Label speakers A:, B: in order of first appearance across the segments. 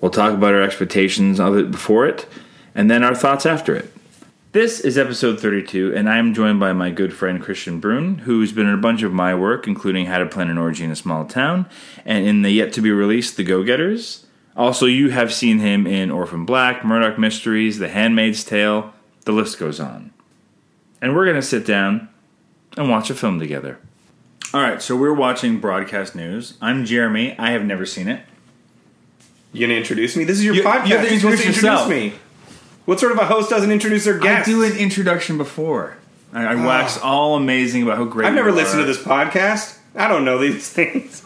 A: We'll talk about our expectations of it before it, and then our thoughts after it. This is episode 32, and I am joined by my good friend Christian Brune, who's been in a bunch of my work, including How to Plan an Orgy in a Small Town, and in the yet to be released The Go Getters. Also, you have seen him in Orphan Black, Murdoch Mysteries, The Handmaid's Tale, the list goes on. And we're going to sit down and watch a film together. All right, so we're watching Broadcast News. I'm Jeremy. I have never seen it.
B: You gonna introduce me? This is your
A: You- you
B: podcast.
A: have to
B: You're supposed
A: introduce
B: to introduce
A: yourself.
B: me. What sort of a host doesn't introduce their guests?
A: I do an introduction before. I, I wax all amazing about how great
B: I've never
A: you are.
B: listened to this podcast. I don't know these things.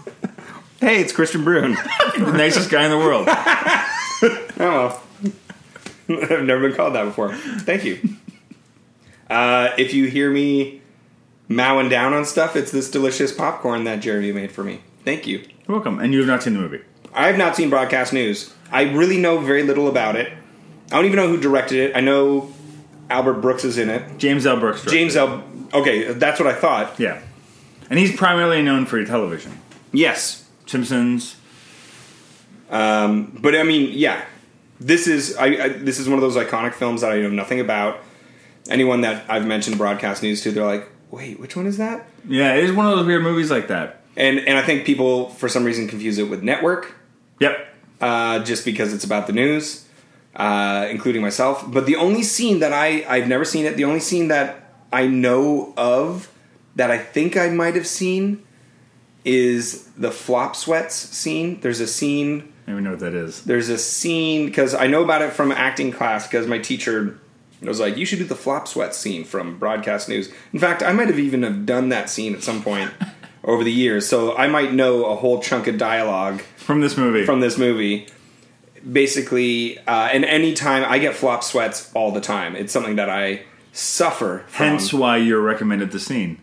B: hey, it's Christian Brune.
A: the nicest guy in the world.
B: oh, I've never been called that before. Thank you. Uh, if you hear me mowing down on stuff, it's this delicious popcorn that Jeremy made for me. Thank you.
A: Welcome. And you have not seen the movie.
B: I have not seen broadcast news. I really know very little about it. I don't even know who directed it. I know Albert Brooks is in it.
A: James L. Brooks. directed
B: James
A: it.
B: L. Okay, that's what I thought.
A: Yeah. And he's primarily known for television.
B: Yes,
A: Simpsons.
B: um, but I mean, yeah, this is I, I, this is one of those iconic films that I know nothing about. Anyone that I've mentioned broadcast news to, they're like, "Wait, which one is that?"
A: Yeah, it is one of those weird movies like that.
B: And and I think people for some reason confuse it with network,
A: Yep.
B: uh, just because it's about the news, uh, including myself. But the only scene that I I've never seen it. The only scene that I know of that I think I might have seen is the flop sweats scene. There's a scene
A: I don't even know what that is.
B: there's a scene because I know about it from acting class because my teacher was like, "You should do the flop sweat scene from broadcast news." In fact, I might have even have done that scene at some point over the years, so I might know a whole chunk of dialogue
A: From this movie.
B: from this movie. Basically, uh, and any time I get flop sweats all the time, it's something that I suffer. From.
A: Hence why you're recommended the scene.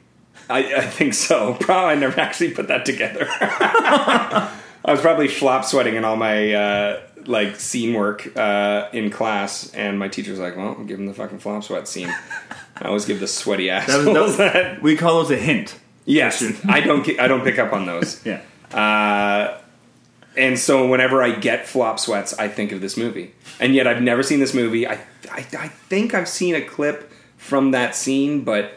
B: I, I think so. Probably I never actually put that together. I was probably flop sweating in all my uh, like scene work uh, in class, and my teacher's like, "Well, give him the fucking flop sweat scene." I always give the sweaty ass.
A: That was, that was- we call those a hint.
B: yes, I don't. ki- I don't pick up on those.
A: Yeah.
B: And so whenever I get flop sweats, I think of this movie. And yet I've never seen this movie. I I, I think I've seen a clip from that scene, but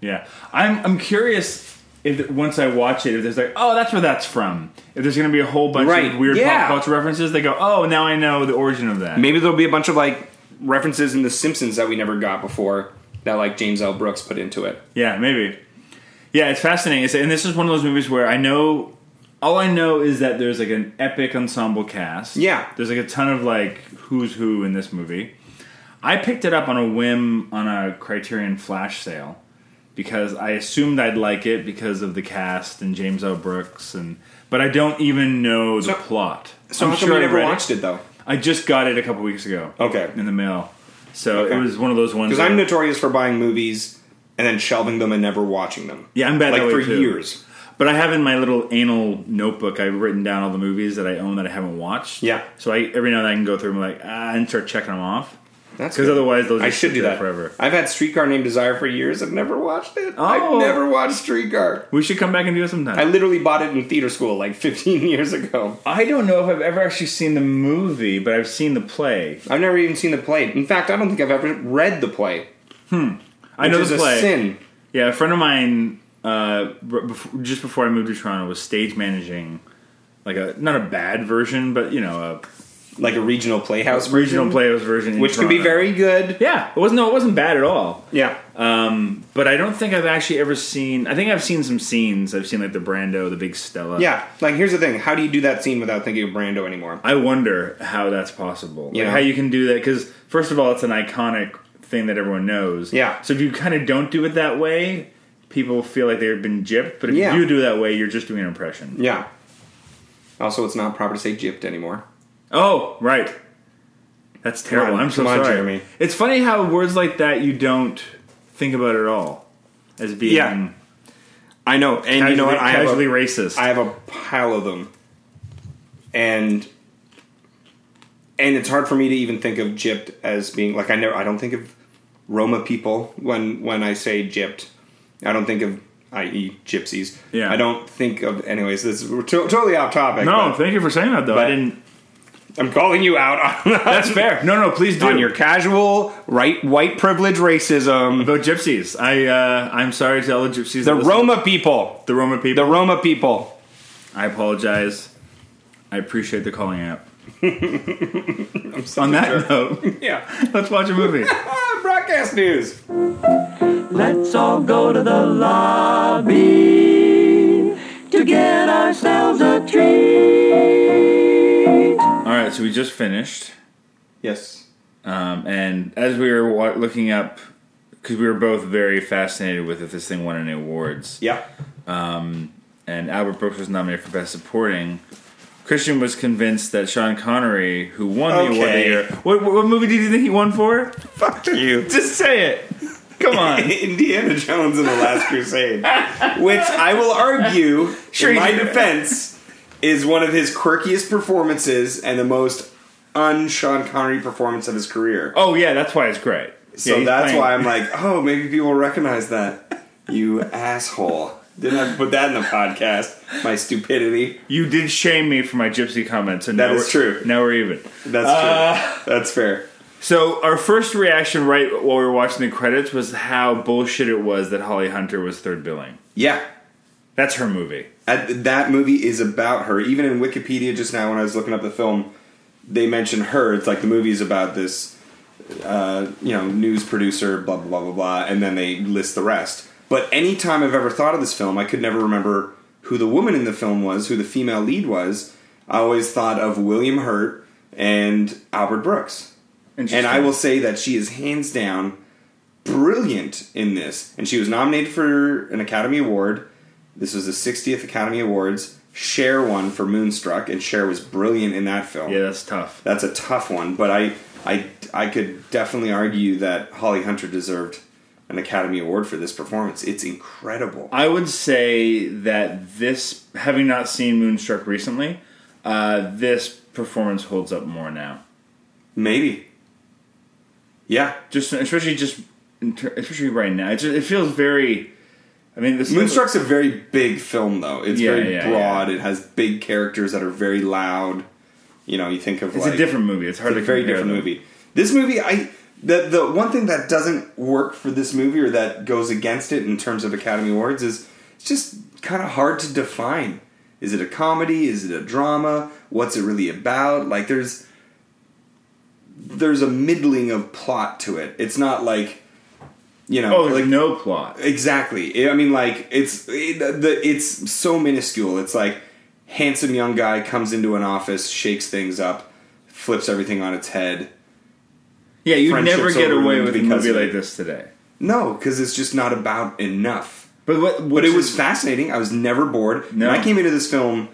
A: Yeah, I'm I'm curious if once I watch it, if there's like, oh, that's where that's from. If there's going to be a whole bunch
B: Right,
A: of weird
B: yeah.
A: pop culture references, they go, oh, now I know the origin of that.
B: Maybe there'll be a bunch of like references in The Simpsons that we never got before that like James L. Brooks put into it.
A: Yeah, maybe. Yeah, it's fascinating. It's, and this is one of those movies where I know all I know is that there's like an epic ensemble cast.
B: Yeah.
A: there's like a ton of like who's who in this movie. I picked it up on a whim on a Criterion flash sale because I assumed I'd like it because of the cast and James L. Brooks and but I don't even know the
B: So-
A: plot.
B: So
A: I'm
B: how come you
A: I
B: never
A: read
B: watched it, though?
A: I just got it a couple weeks ago.
B: Okay.
A: in the mail. So
B: Okay.
A: it was one of those ones.
B: Because I'm
A: where-
B: notorious for buying movies and then shelving them and never watching them.
A: Yeah, I'm bad
B: like
A: that way,
B: for
A: too.
B: years.
A: But I have in my little anal notebook, I've written down all the movies that I own that I haven't watched.
B: Yeah.
A: So I every now and then I can go through them like ah, and start checking them off.
B: That's
A: 'Cause
B: good.
A: otherwise they'll
B: I
A: just
B: should
A: sit
B: do
A: there
B: that
A: forever.
B: I've had Streetcar Named Desire for years. I've never watched it.
A: Oh.
B: I've never watched Streetcar.
A: We should come back and do it sometime.
B: I literally bought it in theater school like 15 years ago.
A: I don't know if I've ever actually seen the movie, but I've seen the play.
B: I've never even seen the play. In fact, I don't think I've ever read the play.
A: I know
B: which
A: the
B: is
A: play.
B: A sin.
A: Yeah, a friend of mine, uh, r- bef- just before I moved to Toronto, was stage managing, like a not a bad version, but you know,
B: Like a regional playhouse,
A: a regional playhouse version, in
B: which can be
A: Toronto.
B: very good.
A: yeah. It wasn't no, it wasn't bad at all.
B: Yeah.
A: Um, but I don't think I've actually ever seen. I think I've seen some scenes. I've seen like the Brando, the big Stella.
B: Yeah, like here's the thing: how do you do that scene without thinking of Brando anymore?
A: I wonder how that's possible. Like
B: Yeah.
A: how you can do that because first of all, it's an iconic thing that everyone knows.
B: Yeah.
A: So if you kind of don't do it that way, people feel like they've been gypped. But if
B: Yeah.
A: you do it that way, you're just doing an impression.
B: Yeah. Also, it's not proper to say gypped anymore.
A: Oh, right. That's terrible.
B: on,
A: I'm so
B: come on,
A: sorry.
B: Jeremy.
A: It's funny how words like that you don't think about at all as being
B: Yeah.
A: casually,
B: I know, and you know what? I have,
A: casually
B: a,
A: racist.
B: I have a pile of them, and and it's hard for me to even think of gypped as being like I never. I don't think of Roma people when when I say gypped. I don't think of i.e. gypsies.
A: Yeah.
B: I don't think of. Anyways, this is, we're to- totally off topic.
A: no,
B: but
A: thank you for saying that though. I
B: but-
A: didn't.
B: I'm calling you out on
A: That's fair. No, no, please do.
B: on your casual right white privilege racism.
A: about gypsies. I uh, I'm sorry to all the gypsies. that
B: The
A: listen-
B: Roma people.
A: the Roma people.
B: The Roma people.
A: I apologize. I appreciate the calling out. On that note,
B: Yeah.
A: let's watch a movie.
B: Ah, broadcast news.
C: Let's all go to the lobby to get ourselves a treat.
A: All right, so we just finished.
B: Yes.
A: Um, and as we were wa- looking up, because we were both very fascinated with if this thing won any awards,
B: Yeah.
A: and Albert Brooks was nominated for Best Supporting, Christian was convinced that Sean Connery, who won the award that
B: Okay.
A: year, what, what, what movie did you think he won for?
B: Fuck you.
A: Just say it. Come on.
B: Indiana Jones and the Last Crusade, which I will argue,
A: Sure
B: in
A: you
B: my
A: do.
B: defense, is one of his quirkiest performances and the most un Sean Connery performance of his career.
A: oh yeah, that's why it's great.
B: so that's why I'm like, oh, maybe people recognize that. You asshole. Didn't have to put that in the podcast. My stupidity.
A: you did shame me for my gypsy comments, and
B: That
A: now
B: is
A: we're-
B: true.
A: Now we're even.
B: That's true. That's fair.
A: So our first reaction right while we were watching the credits was how bullshit it was that Holly Hunter was third billing.
B: Yeah.
A: That's her movie.
B: At, that movie is about her. Even in Wikipedia just now, when I was looking up the film, they mention her. It's like the movie is about this, uh, you know, news producer, blah blah blah blah blah, and then they list the rest. But any time I've ever thought of this film, I could never remember who the woman in the film was, who the female lead was. I always thought of William Hurt and Albert Brooks. And I will say that she is hands down brilliant in this. And she was nominated for an Academy Award. This was the 60th Academy Awards. Cher won for Moonstruck, and Cher was brilliant in that film.
A: Yeah, that's tough.
B: That's a tough one, but I, I, I could definitely argue that Holly Hunter deserved an Academy Award for this performance. It's incredible.
A: I would say that this, having not seen Moonstruck recently, uh, this performance holds up more now.
B: Maybe. Yeah.
A: Just especially just in ter- especially right now, it, just, it feels very. I mean, this
B: Moonstruck's a very big film, though. It's
A: Yeah,
B: very
A: yeah,
B: broad. It has big characters that are very loud. You know, you think of
A: It's
B: like
A: a different movie. It's hard
B: it's a
A: to
B: very
A: compare
B: different
A: them.
B: movie. This movie, I the the one thing that doesn't work for this movie or that goes against it in terms of Academy Awards is it's just kind of hard to define. Is it a comedy? Is it a drama? What's it really about? Like, there's there's a middling of plot to it. It's not like you know,
A: Oh,
B: like
A: there's no plot.
B: Exactly. I mean, like it's it, the it's so minuscule. It's like handsome young guy comes into an office, shakes things up, flips everything on its head.
A: Yeah, you'd
B: friendships
A: never get
B: are
A: away
B: ruined
A: with a
B: because
A: movie
B: of it.
A: like this today.
B: No, because it's just not about enough.
A: But what?
B: But it was
A: is-
B: fascinating. I was never bored.
A: No.
B: And I came into this film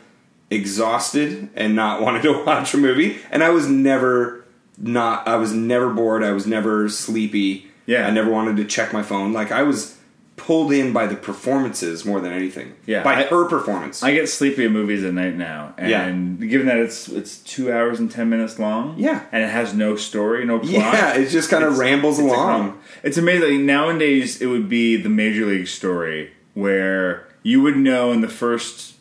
B: exhausted and not wanting to watch a movie, and I was never not. I was never bored. I was never sleepy.
A: Yeah.
B: I never wanted to check my phone. Like I was pulled in by the performances more than anything.
A: Yeah,
B: by
A: I-
B: her performance.
A: I get sleepy at movies at night now, and given that it's it's two hours and ten minutes long,
B: Yeah.
A: and it has no story, no plot,
B: Yeah, it just kind of
A: It's-
B: rambles
A: it's a
B: along.
A: com- It's amazing. Nowadays, it would be the major league story where you would know in the first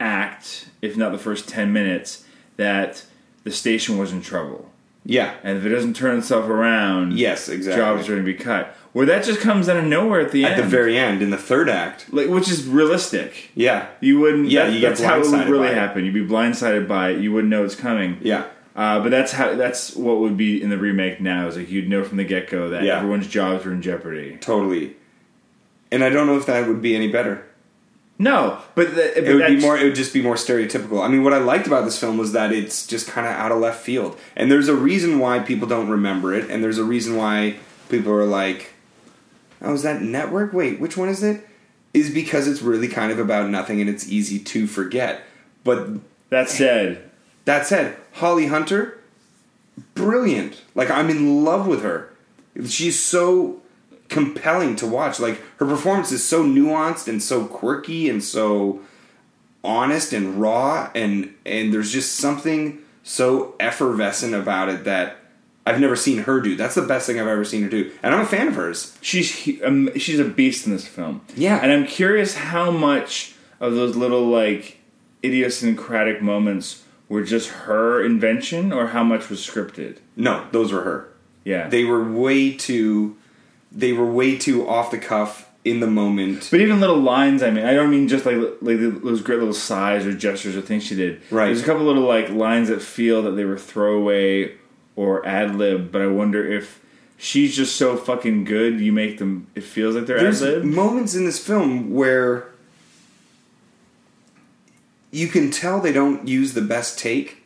A: act, if not the first ten minutes, that the station was in trouble,
B: yeah,
A: and if it doesn't turn itself around,
B: Yes, exactly.
A: jobs are going to be cut. Where that just comes out of nowhere at the
B: at
A: end,
B: the very end in the third act.
A: like which is realistic.
B: Yeah,
A: You wouldn't.
B: Yeah,
A: that-
B: you get
A: that's how it would
B: blindsided
A: really
B: by it.
A: happen. You'd be blindsided by it. You wouldn't know it's coming.
B: yeah,
A: Uh, but that's how. That's what would be in the remake now. Is like you'd know from the get go that
B: Yeah.
A: everyone's jobs were in jeopardy.
B: totally. And I don't know if that would be any better.
A: No, but, the, but
B: It would be
A: that's-
B: more. It would just be more stereotypical. I mean, what I liked about this film was that it's just kind of out of left field, and there's a reason why people don't remember it, and there's a reason why people are like, "Oh, is that network? Wait, which one is it?" Is because it's really kind of about nothing, and it's easy to forget. But
A: That said,
B: That said, Holly Hunter, brilliant. Like I'm in love with her. She's so compelling to watch. Like her performance is so nuanced and so quirky and so honest and raw and and there's just something so effervescent about it that I've never seen her do. That's the best thing I've ever seen her do. And I'm a fan of hers.
A: She's hu- um, she's a beast in this film.
B: Yeah.
A: and I'm curious how much of those little like idiosyncratic moments were just her invention, or how much was scripted.
B: No, those were her.
A: Yeah,
B: They were way too they were way too off the cuff in the moment.
A: But even little lines, I mean, I don't mean just like like those great little sighs or gestures or things she did.
B: Right.
A: There's a couple little like lines that feel that they were throwaway or ad lib, but I wonder if she's just so fucking good, you make them. It feels like they're ad
B: There's
A: lib.
B: moments in this film where you can tell they don't use the best take.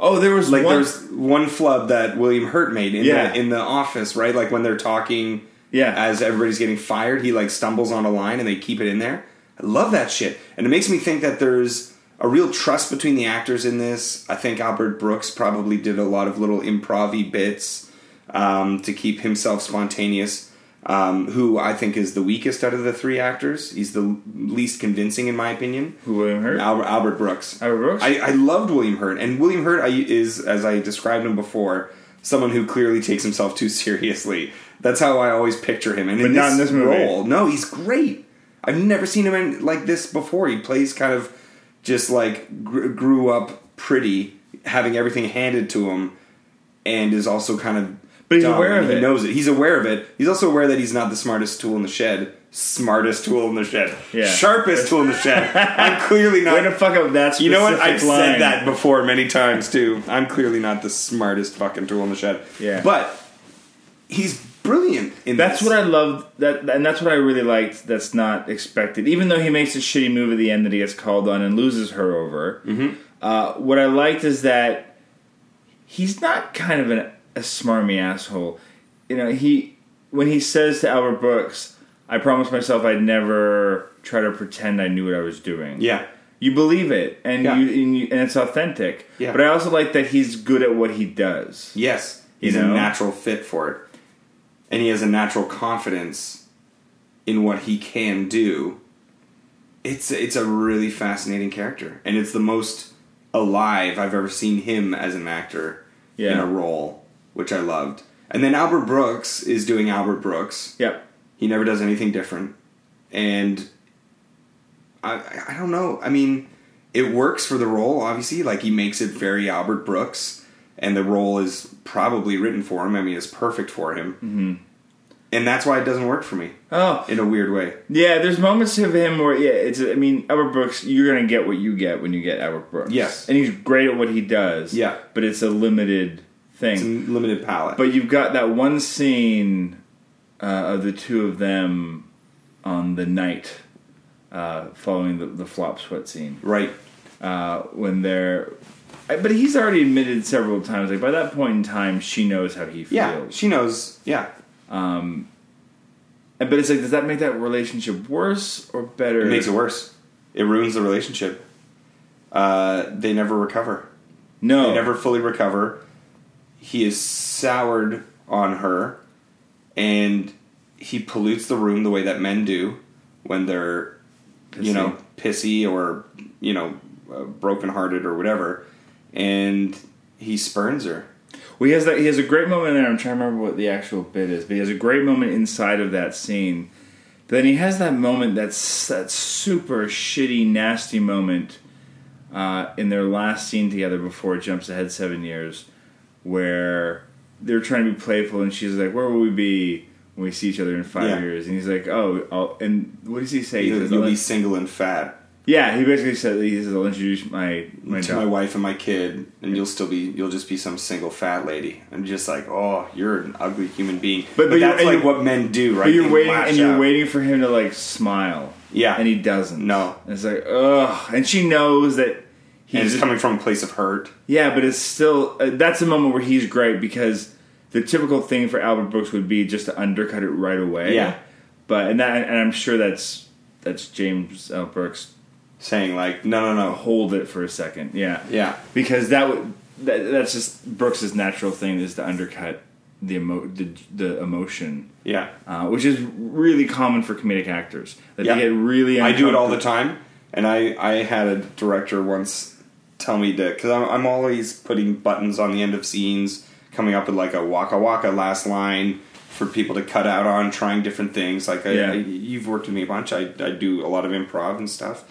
A: Oh, there was
B: Like
A: one.
B: there's one flub that William Hurt made in
A: Yeah.
B: the in the office, right? Like when they're talking
A: yeah.
B: as everybody's getting fired, he like stumbles on a line and they keep it in there. I love that shit. And it makes me think that there's a real trust between the actors in this. I think Albert Brooks probably did a lot of little improv bits um, to keep himself spontaneous, um, who I think is the weakest out of the three actors. He's the least convincing, in my opinion.
A: Who William Hurt?
B: Albert, Albert Brooks.
A: Albert Brooks?
B: I, I loved William Hurt, and William Hurt I, is, as I described him before, someone who clearly takes himself too seriously. That's how I always picture him. And
A: But
B: in
A: not in
B: this
A: this movie.
B: role, no, he's great. I've never seen him in, like this before. He plays kind of just like gr- grew up pretty, having everything handed to him, and is also kind of.
A: But he's
B: dumb,
A: aware
B: and
A: of
B: he
A: it.
B: knows it. He's aware of it. He's also aware that he's not the smartest tool in the shed. Smartest tool in the shed.
A: Yeah.
B: Sharpest tool in the shed. I'm clearly not
A: Way to fuck up that.
B: you know what?
A: specific
B: I've
A: line.
B: said that before many times too. I'm clearly not the smartest fucking tool in the shed.
A: Yeah.
B: But he's brilliant in
A: That's
B: this.
A: what I love. That and that's what I really liked. That's not expected. Even though he makes a shitty move at the end that he gets called on and loses her over.
B: Mm-hmm.
A: Uh, what I liked is that he's not kind of an, a smarmy asshole. You know, he when he says to Albert Brooks, "I promised myself I'd never try to pretend I knew what I was doing."
B: Yeah.
A: you believe it, and
B: Yeah.
A: you and, you, and it's authentic.
B: Yeah.
A: But I also like that he's good at what he does.
B: Yes. He's
A: You know?
B: a natural fit for it. And he has a natural confidence in what he can do. It's it's a really fascinating character. And it's the most alive I've ever seen him as an actor in
A: Yeah.
B: a role, which I loved. And then Albert Brooks is doing Albert Brooks.
A: Yep.
B: He never does anything different, and I I don't know. I mean, it works for the role. Obviously, like he makes it very Albert Brooks, and the role is probably written for him. I mean, it's perfect for him, mm-hmm. and that's why it doesn't work for me
A: Oh,
B: in a weird way.
A: Yeah, there's moments of him where yeah, it's I mean Albert Brooks, you're gonna get what you get when you get Albert Brooks.
B: Yes.
A: and he's great at what he does.
B: Yeah.
A: but it's a limited thing.
B: It's a limited palette.
A: but you've got that one scene uh, of the two of them on the night uh, following the, the flop sweat scene
B: right,
A: uh, when they're. I- But he's already admitted several times. Like by that point in time, she knows how he feels.
B: yeah, she knows. Yeah,
A: And- but it's like, does that make that relationship worse or better?
B: it makes it worse. It ruins the relationship. Uh, they never recover.
A: No,
B: They never fully recover. He is soured on her, and he pollutes the room the way that men do when they're, you know, pissy or you know, uh, brokenhearted or whatever. And he spurns her.
A: Well, he has that. He has a great moment there. I'm trying to remember what the actual bit is, but he has a great moment inside of that scene. But then he has that moment that's that super shitty, nasty moment uh, in their last scene together before it jumps ahead seven years, where they're trying to be playful, and she's like, "Where will we be when we see each other in five
B: Yeah.
A: years?" And he's like, "Oh, I'll, and what does he say?" He
B: You'll,
A: says, "Oh,
B: you'll
A: "I'll-
B: be single and fat
A: yeah, he basically said he says, "I'll introduce my my
B: to
A: dog."
B: my wife and my kid, and you'll still be you'll just be some single fat lady. I'm just like, oh, you're an ugly human being.
A: But-
B: But,
A: but
B: that's
A: you're- and
B: like
A: you're-
B: what men do, right?
A: But you're
B: They
A: waiting,
B: lash
A: and you're
B: out.
A: waiting for him to like smile.
B: Yeah.
A: and he doesn't.
B: No.
A: and it's like ugh. And she knows that
B: And
A: he's
B: it's coming from a place of hurt.
A: Yeah, but it's still uh, that's a moment where he's great because the typical thing for Albert Brooks would be just to undercut it right away.
B: Yeah.
A: but and that and I'm sure that's that's James L. Brooks
B: saying like, no, no, no.
A: hold it for a second. Yeah,
B: Yeah.
A: because that would that, that's just Brooks's natural thing is to undercut the emo- the, the emotion,
B: Yeah.
A: uh, which is really common for comedic actors. That
B: Yeah.
A: they get really.
B: I do it all the
A: uncomfortable-
B: time, and I I had a director once tell me to because I'm, I'm always putting buttons on the end of scenes, coming up with like a waka waka last line for people to cut out on, trying different things. Like I,
A: Yeah.
B: I- you've worked with me a bunch. I I do a lot of improv and stuff.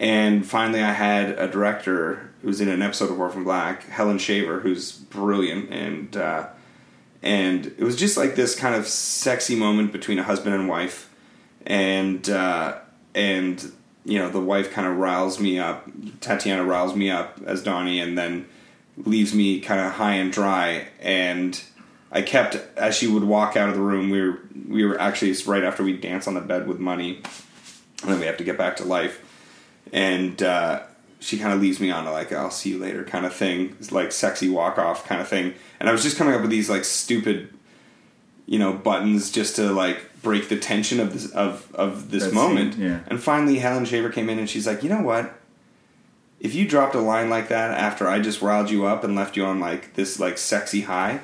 B: And finally, I had a director who was in an episode of Orphan Black, Helen Shaver, who's brilliant and. Uh, and it was just like this kind of sexy moment between a husband and wife and uh, and you know the wife kind of riles me up tatiana riles me up as donnie and then leaves me kind of high and dry and i kept as she would walk out of the room we were we were actually it's right after we dance on the bed with money and then we have to get back to life and uh, she kind of leaves me on to like I'll see you later kind of thing, It's like sexy walk off kind of thing. And I was just coming up with these like stupid, you know, buttons just to like break the tension of this of of this
A: That
B: moment.
A: scene, yeah.
B: And finally, Helen Shaver came in and she's like, you know what? If you dropped a line like that after I just riled you up and left you on like this like sexy high.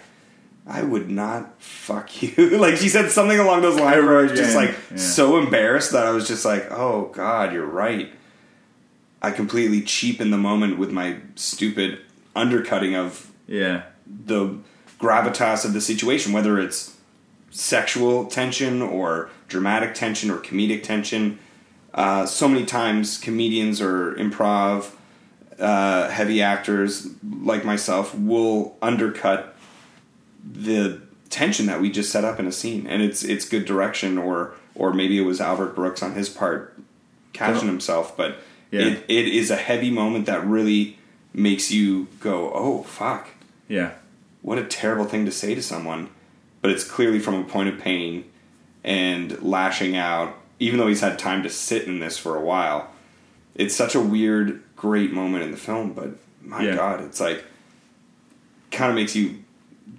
B: I would not fuck you. like she said something along those lines where I was just
A: yeah,
B: like
A: yeah.
B: so embarrassed that I was just like, "Oh god, you're right." I completely cheapen the moment with my stupid undercutting of
A: Yeah,
B: the gravitas of the situation, whether it's sexual tension or dramatic tension or comedic tension. Uh, so many times, comedians or improv uh, heavy actors like myself will undercut the tension that we just set up in a scene, and it's it's good direction, or or maybe it was Albert Brooks on his part catching himself, but
A: Yeah.
B: it, it is a heavy moment that really makes you go, oh fuck,
A: yeah,
B: what a terrible thing to say to someone, but it's clearly from a point of pain and lashing out, even though he's had time to sit in this for a while. It's such a weird, great moment in the film, but my
A: Yeah.
B: God, it's like kind of makes you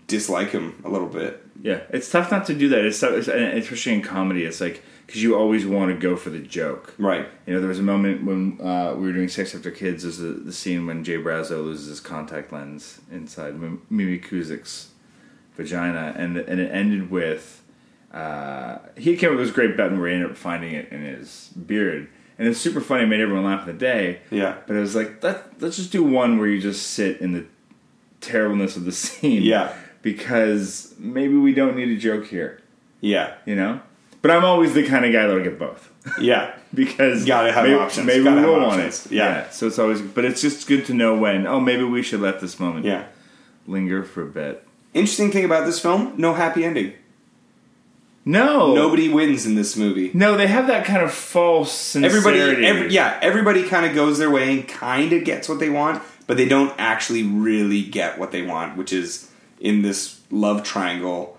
B: dislike him a little bit.
A: yeah. It's tough not to do that. It's, tough, it's and especially in comedy. It's like because you always want to go for the joke.
B: Right.
A: You know, there was a moment when uh, we were doing Sex After Kids. There's the, the scene when Jay Brazzo loses his contact lens inside M- Mimi Kuzik's vagina, and and it ended with uh, he came up with this great button where he ended up finding it in his beard, and it's super funny. It made everyone laugh in the day.
B: Yeah.
A: But it was like let let's just do one where you just sit in the terribleness of the scene.
B: Yeah.
A: Because maybe we don't need a joke here.
B: Yeah.
A: You know. But I'm always the kind of guy that'll get both
B: Yeah.
A: because
B: Gotta have
A: maybe,
B: options.
A: Maybe
B: Gotta
A: we
B: have
A: will want it.
B: options. Yeah.
A: So it's always, but it's just good to know when. Oh, maybe we should let this moment
B: Yeah.
A: linger for a bit.
B: Interesting thing about this film no happy ending.
A: No,
B: Nobody wins in this movie.
A: No, they have that kind of false sincerity.
B: everybody every, yeah everybody kind of goes their way and kind of gets what they want but they don't actually really get what they want which is in this love triangle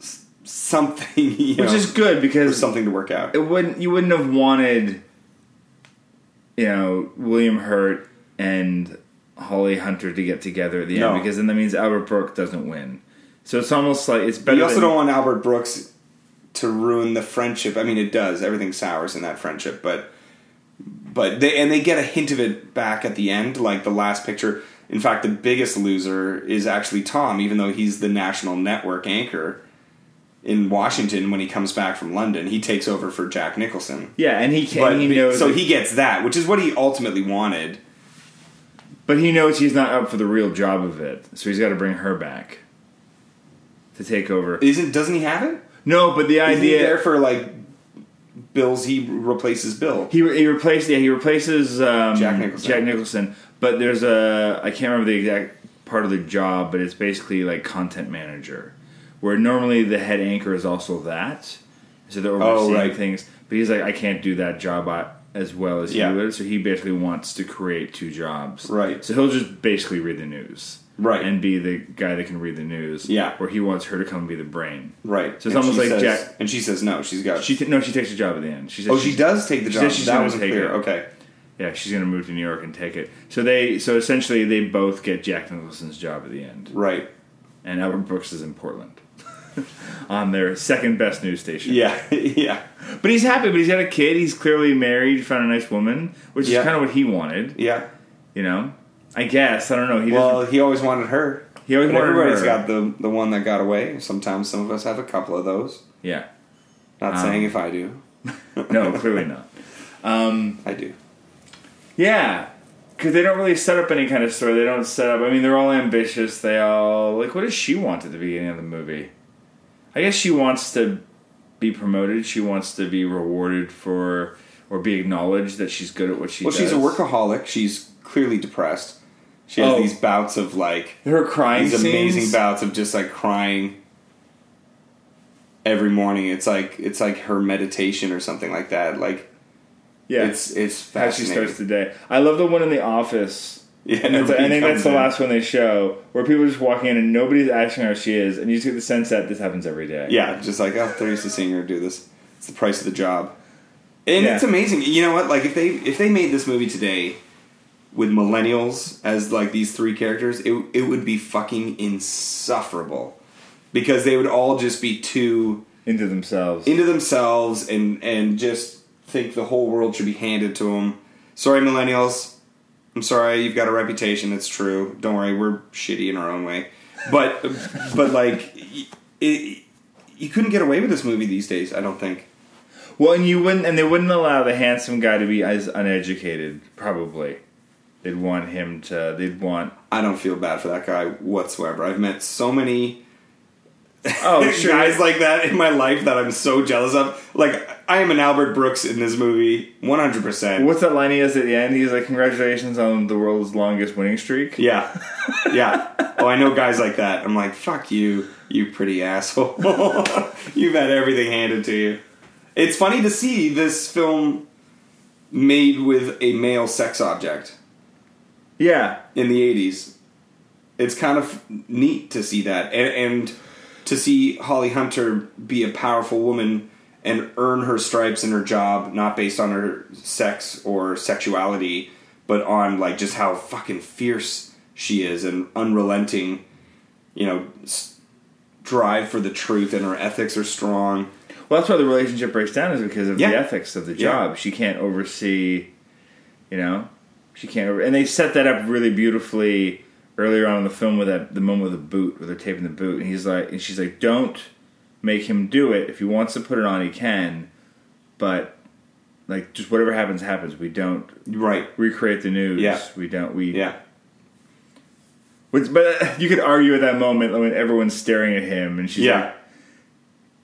B: s- something you
A: which
B: know,
A: is good
B: or
A: because
B: something to work out
A: it wouldn't. You wouldn't have wanted, you know, William Hurt and Holly Hunter to get together at the
B: No.
A: end because then that means Albert Brooke doesn't win. So it's almost like it's better.
B: you also
A: than-
B: don't want albert brooks to ruin the friendship i mean it does everything sours in that friendship but but they and they get a hint of it back at the end like the last picture in fact the biggest loser is actually tom even though he's the national network anchor in washington when he comes back from london he takes over for jack nicholson
A: Yeah, and he can.
B: but,
A: he knows
B: so
A: that-
B: he gets that which is what he ultimately wanted
A: But he knows he's not up for the real job of it, so he's got to bring her back to take over.
B: isn't doesn't he have it
A: No, but the
B: isn't he there
A: idea
B: for like bills he replaces bill
A: he he replaced yeah he replaces um,
B: Jack Nicholson.
A: Jack Nicholson, but there's a I can't remember the exact part of the job, but it's basically like content manager, where normally the head anchor is also that, so they're overseeing
B: Oh, right.
A: things. But he's like, I can't do that job I- as well as
B: Yeah.
A: you would, so he basically wants to create two jobs.
B: Right.
A: So he'll just basically read the news.
B: Right.
A: And be the guy that can read the news.
B: Yeah.
A: Where he wants her to come be the brain.
B: Right.
A: So it's almost like
B: she says-
A: Jack-
B: And she says no. She's got.
A: She t- no, she takes the job at the end. She says
B: oh, she does take the
A: she
B: job.
A: says she's
B: that
A: gonna
B: wasn't
A: take
B: clear.
A: it.
B: Okay.
A: Yeah, she's gonna move to New York and take it. So they so essentially they both get Jack Nicholson's job at the end,
B: Right.
A: and Albert Brooks is in Portland on their second best news station.
B: Yeah. yeah.
A: but he's happy. But he's got a kid. He's clearly married. Found a nice woman, which
B: Yeah.
A: is kind of what he wanted.
B: Yeah.
A: You know, I guess I don't know. He
B: Well,
A: doesn't.
B: he always wanted her.
A: He always
B: But
A: wanted
B: everybody's
A: her.
B: got the the one that got away. Sometimes some of us have a couple of those.
A: Yeah.
B: Not
A: Um,
B: saying if I do,
A: No, clearly not.
B: I do.
A: Yeah, because they don't really set up any kind of story. They don't set up. I mean, they're all ambitious. They all like. What does she want at the beginning of the movie? I guess she wants to be promoted. She wants to be rewarded for or be acknowledged that she's good at what she
B: Well,
A: does.
B: she's a workaholic. She's clearly depressed. She has
A: Oh.
B: these bouts of like
A: Her crying
B: these amazing
A: scenes-
B: bouts of just like crying every morning. It's like it's like her meditation or something like that. Like
A: Yeah,
B: it's it's
A: how she
B: fascinating.
A: starts the day. I love the one in the office.
B: yeah,
A: And that's, I think that's the
B: in.
A: last one they show where people are just walking in and nobody's asking her how she is, and you just get the sense that this happens every day.
B: Yeah, just like oh, they're used to seeing her do this. It's the price of the job, and
A: Yeah.
B: it's amazing. You know what? Like if they if they made this movie today with millennials as like these three characters, it it would be fucking insufferable because they would all just be too
A: into themselves.
B: into themselves and and just think the whole world should be handed to them. Sorry, millennials. I'm sorry, you've got a reputation. It's true. Don't worry, we're shitty in our own way. But but like y it, you couldn't get away with this movie these days. I don't think.
A: Well, and you wouldn't, and they wouldn't allow the handsome guy to be as uneducated. Probably, they'd want him to. They'd want.
B: I don't feel bad for that guy whatsoever. I've met so many
A: Oh, sure.
B: guys like that in my life that I'm so jealous of. Like I am an Albert Brooks in this movie, 100. percent
A: What's that line he has at the end? He's like, "Congratulations on the world's longest winning streak."
B: Yeah. Yeah. Oh, I know guys like that. I'm like, fuck you, you pretty asshole. You've had everything handed to you. It's funny to see this film made with a male sex object
A: Yeah.
B: in the 80s. It's kind of neat to see that. And, and to see Holly Hunter be a powerful woman and earn her stripes in her job, not based on her sex or sexuality, but on like just how fucking fierce she is and unrelenting, you know, s- drive for the truth and her ethics are strong.
A: Well, that's why the relationship breaks down is because of
B: Yeah.
A: the ethics of the
B: Yeah.
A: job. She can't oversee. You know, she can't. Over, and they set that up really beautifully earlier on in the film with that the moment with the boot where they're taping the boot, and he's like, and she's like, "Don't make him do it. If he wants to put it on, he can." but like just whatever happens happens we don't
B: Right.
A: recreate the news
B: Yeah.
A: we don't we
B: Yeah.
A: Which- but uh, you could argue at that moment when everyone's staring at him and she's like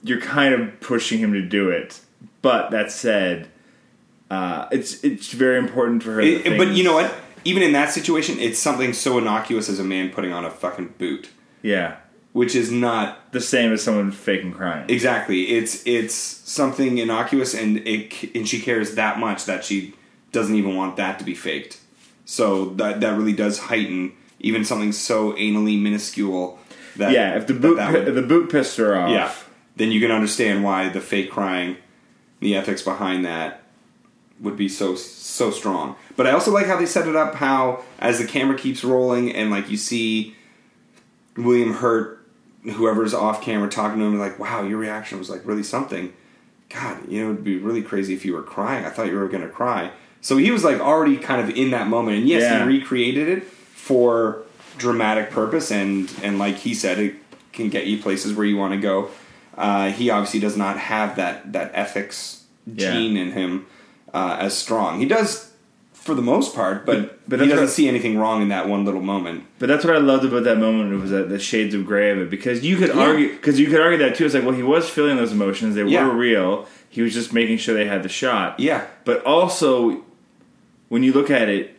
A: you're kind of pushing him to do it but that said uh, it's it's very important for her that
B: It- but
A: things-
B: you know what? Even in that situation, it's something so innocuous as a man putting on a fucking boot,
A: yeah
B: which is not
A: the same as someone faking crying
B: Exactly. It's it's something innocuous, and it c- and she cares that much that she doesn't even want that to be faked. So that that really does heighten even something so anally minuscule. That
A: yeah if the
B: that
A: boot
B: that
A: if
B: would-
A: the boot pissed her off
B: yeah, then you can understand why the fake crying, the ethics behind that, would be so so strong. But I also like how they set it up. How as the camera keeps rolling and like you see William Hurt, whoever's off camera talking to him, like, wow, your reaction was like really something. God, you know, it'd be really crazy if you were crying. I thought you were gonna cry. So he was like already kind of in that moment, and yes,
A: Yeah.
B: he recreated it for dramatic purpose, and and like he said, it can get you places where you want to go. Uh, he obviously does not have that that ethics
A: Yeah.
B: gene in him uh, as strong. He does for the most part, but
A: But- but
B: he
A: that's
B: doesn't
A: what-
B: see anything wrong in that one little moment.
A: But that's what I loved about that moment was that the shades of gray of it because you could argue because you could argue that too. It's like well, he was feeling those emotions; they
B: Yeah.
A: were real. He was just making sure they had the shot.
B: Yeah.
A: But also, when you look at it,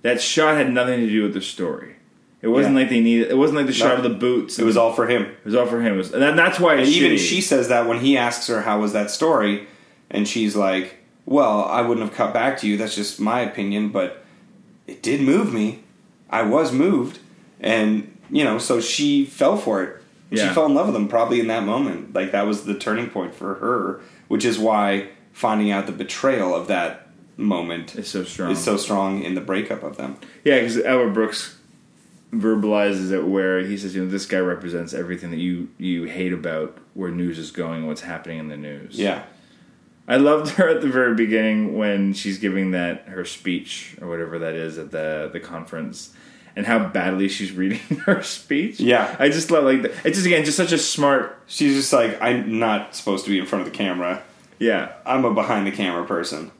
A: that shot had nothing to do with the story. It wasn't
B: Yeah.
A: like they needed. It wasn't like the shot of the boots.
B: It was all for him.
A: It was all for him. It was, and that- that's why. It's
B: And even
A: shitty.
B: she says that when he asks her how was that story, and she's like, "Well, I wouldn't have cut back to you. That's just my opinion, but it did move me. I was moved, and you know, so she fell for it.
A: Yeah.
B: She fell in love with him probably in that moment. Like that was the turning point for her, which is why finding out the betrayal of that moment
A: is so strong.
B: is so strong in the breakup of them.
A: Yeah, because Albert Brooks verbalizes it where he says, you know, this guy represents everything that you you hate about where news is going, what's happening in the news.
B: Yeah,
A: I loved her at the very beginning when she's giving that her speech or whatever that is at the the conference, and how badly she's reading her speech.
B: Yeah.
A: I just love like the, it's just again just such a smart
B: She's just like, I'm not supposed to be in front of the camera.
A: yeah.
B: I'm a behind the camera person.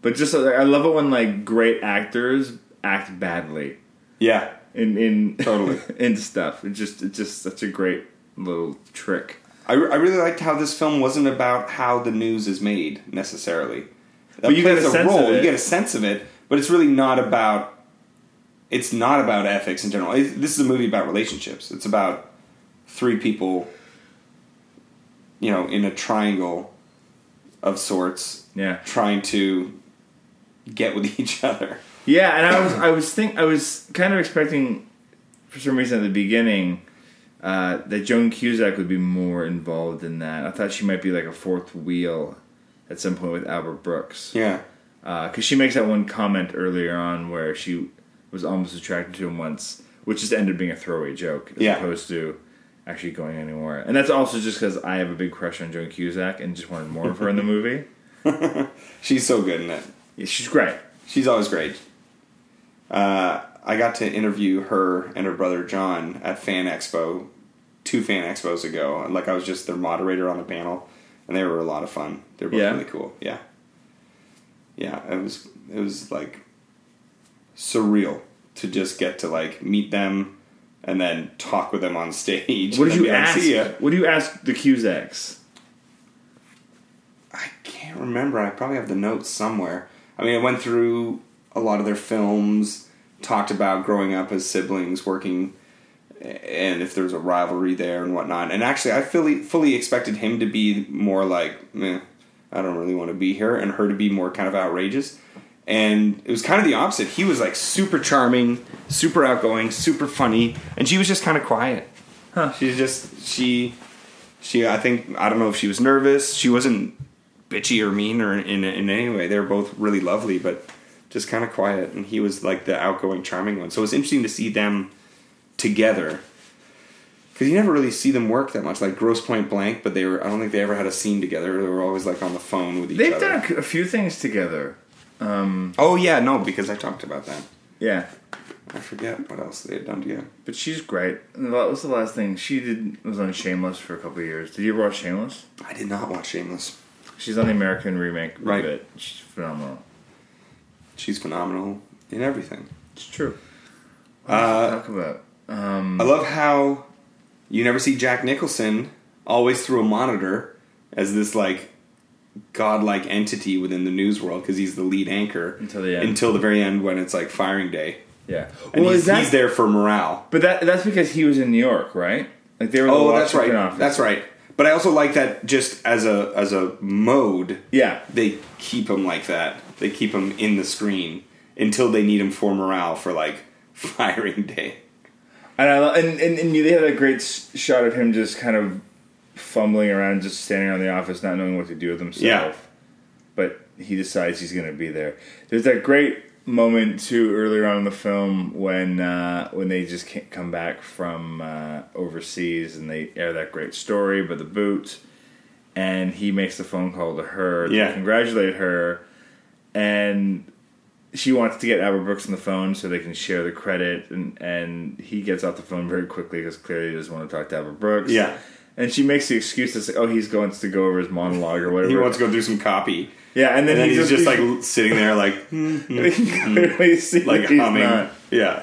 A: But just like, I love it when like great actors act badly
B: Yeah.
A: in in
B: Totally.
A: in stuff. It's just it's just such a great little trick.
B: I, I really liked how this film wasn't about how the news is made necessarily. That
A: But you get
B: plays
A: a sense of
B: You
A: it.
B: get a sense of it, but it's really not about. It's not about ethics in general. It, this is a movie about relationships. It's about three people, you know, in a triangle of sorts,
A: Yeah.
B: trying to get with each other.
A: Yeah, and I was I was think I was kind of expecting for some reason at the beginning uh, that Joan Cusack would be more involved in that. I thought she might be like a fourth wheel at some point with Albert Brooks
B: Yeah,
A: because Uh, she makes that one comment earlier on where she was almost attracted to him once, which just ended up being a throwaway joke as
B: Yeah.
A: opposed to actually going anywhere. And that's also just because I have a big crush on Joan Cusack and just wanted more of her in the movie.
B: she's so good in it.
A: Yeah, she's great.
B: She's always great. Uh, I got to interview her and her brother John at Fan Expo, two Fan Expos ago. And, Like I was just their moderator on the panel, and they were a lot of fun. They're both
A: Yeah.
B: really cool. Yeah, yeah. It was it was like surreal to just get to like meet them and then talk with them on stage.
A: What did
B: and then
A: you
B: be like,
A: ask?
B: "See ya."
A: What do you ask the Cusacks?
B: I can't remember. I probably have the notes somewhere. I mean, I went through a lot of their films, talked about growing up as siblings, working, and if there was a rivalry there and whatnot. And actually, I fully fully expected him to be more like, Meh, I don't really want to be here, and her to be more kind of outrageous. And it was kind of the opposite. He was like super charming, super outgoing, super funny, and she was just kind of quiet. She's just she she I think I don't know if she was nervous. She wasn't bitchy or mean or in in any way. They were both really lovely, but just kind of quiet. And he was like the outgoing, charming one. So it was interesting to see them together because you never really see them work that much. Like Gross Point Blank, but they were I don't think they ever had a scene together. They were always like on the phone with each
A: They've
B: other.
A: done a c- a few things together.
B: oh yeah, no, because I talked about that.
A: Yeah,
B: I forget what else they had done together.
A: but she's great. And That was the last thing she did. Was on Shameless for a couple of years. Did you ever watch Shameless?
B: I did not watch Shameless.
A: She's on the American remake
B: Right.
A: of it. She's phenomenal.
B: She's phenomenal in everything.
A: It's true. What
B: Uh,
A: else to talk about
B: I love how you never see Jack Nicholson always through a monitor as this like godlike entity within the news world because he's the lead anchor
A: Until the end.
B: until the very end when it's like firing day.
A: yeah.
B: And
A: well,
B: he's,
A: is that?
B: he's there for morale.
A: But that that's because he was in New York, right? Like they were. in the
B: Oh, that's
A: Washington
B: right.
A: Office.
B: That's right. But I also like that just as a as a mode.
A: yeah.
B: They keep him like that. They keep him in the screen until they need him for morale for like firing day.
A: And I lo- and and, and you, they had a great s- shot of him just kind of fumbling around, just standing around the office, not knowing what to do with himself.
B: Yeah.
A: But he decides he's going to be there. There's that great moment too earlier on in the film when uh, when they just can't come back from uh, overseas and they air that great story about the boot, and he makes the phone call to her
B: Yeah.
A: to congratulate her, and she wants to get Albert Brooks on the phone so they can share the credit, and and he gets off the phone very quickly because clearly he doesn't want to talk to Albert Brooks.
B: Yeah.
A: and she makes the excuse that's like, oh, he's going to go over his monologue or whatever.
B: He wants to go do some copy.
A: yeah, and then,
B: And then
A: he
B: he's just like
A: he
B: sitting there like
A: can clearly see
B: like
A: that he's
B: humming.
A: not.
B: Yeah,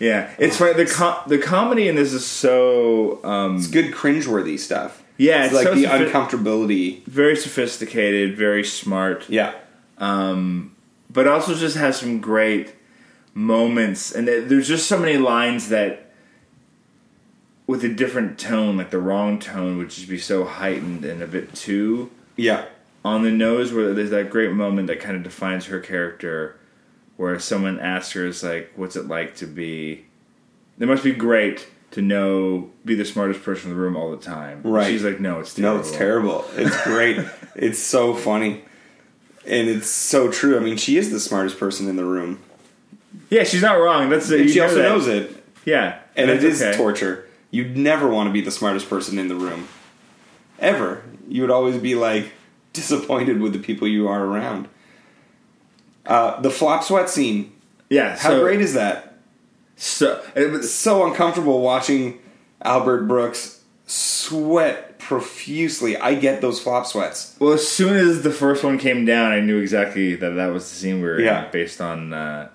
A: Yeah, it's right. The com- the comedy in this is so um,
B: it's good cringeworthy stuff.
A: yeah,
B: It's,
A: it's
B: like
A: so
B: the
A: sophi-
B: uncomfortability.
A: very sophisticated, very smart.
B: Yeah,
A: but also just has some great moments and there- there's just so many lines that with a different tone like the wrong tone would just be so heightened and a bit too
B: yeah,
A: on the nose where there's that great moment that kind of defines her character where someone asks her is like what's it like to be it must be great to know be the smartest person in the room all the time
B: Right.
A: she's like no it's terrible
B: no, it's terrible. It's great. it's so funny, and it's so true. I mean, she is the smartest person in the room.
A: yeah she's not wrong that's it.
B: And
A: You
B: she
A: know
B: also
A: that.
B: knows it,
A: yeah
B: and it
A: that's
B: is
A: okay.
B: torture. You'd never want to be the smartest person in the room, ever. You would always be like disappointed with the people you are around. Uh, the flop sweat scene.
A: Yeah.
B: How
A: so,
B: great is that?
A: So it was-
B: It's so uncomfortable watching Albert Brooks sweat profusely. I get those flop sweats.
A: well, as soon as the first one came down, I knew exactly that that was the scene we were in,
B: Yeah.
A: based on uh,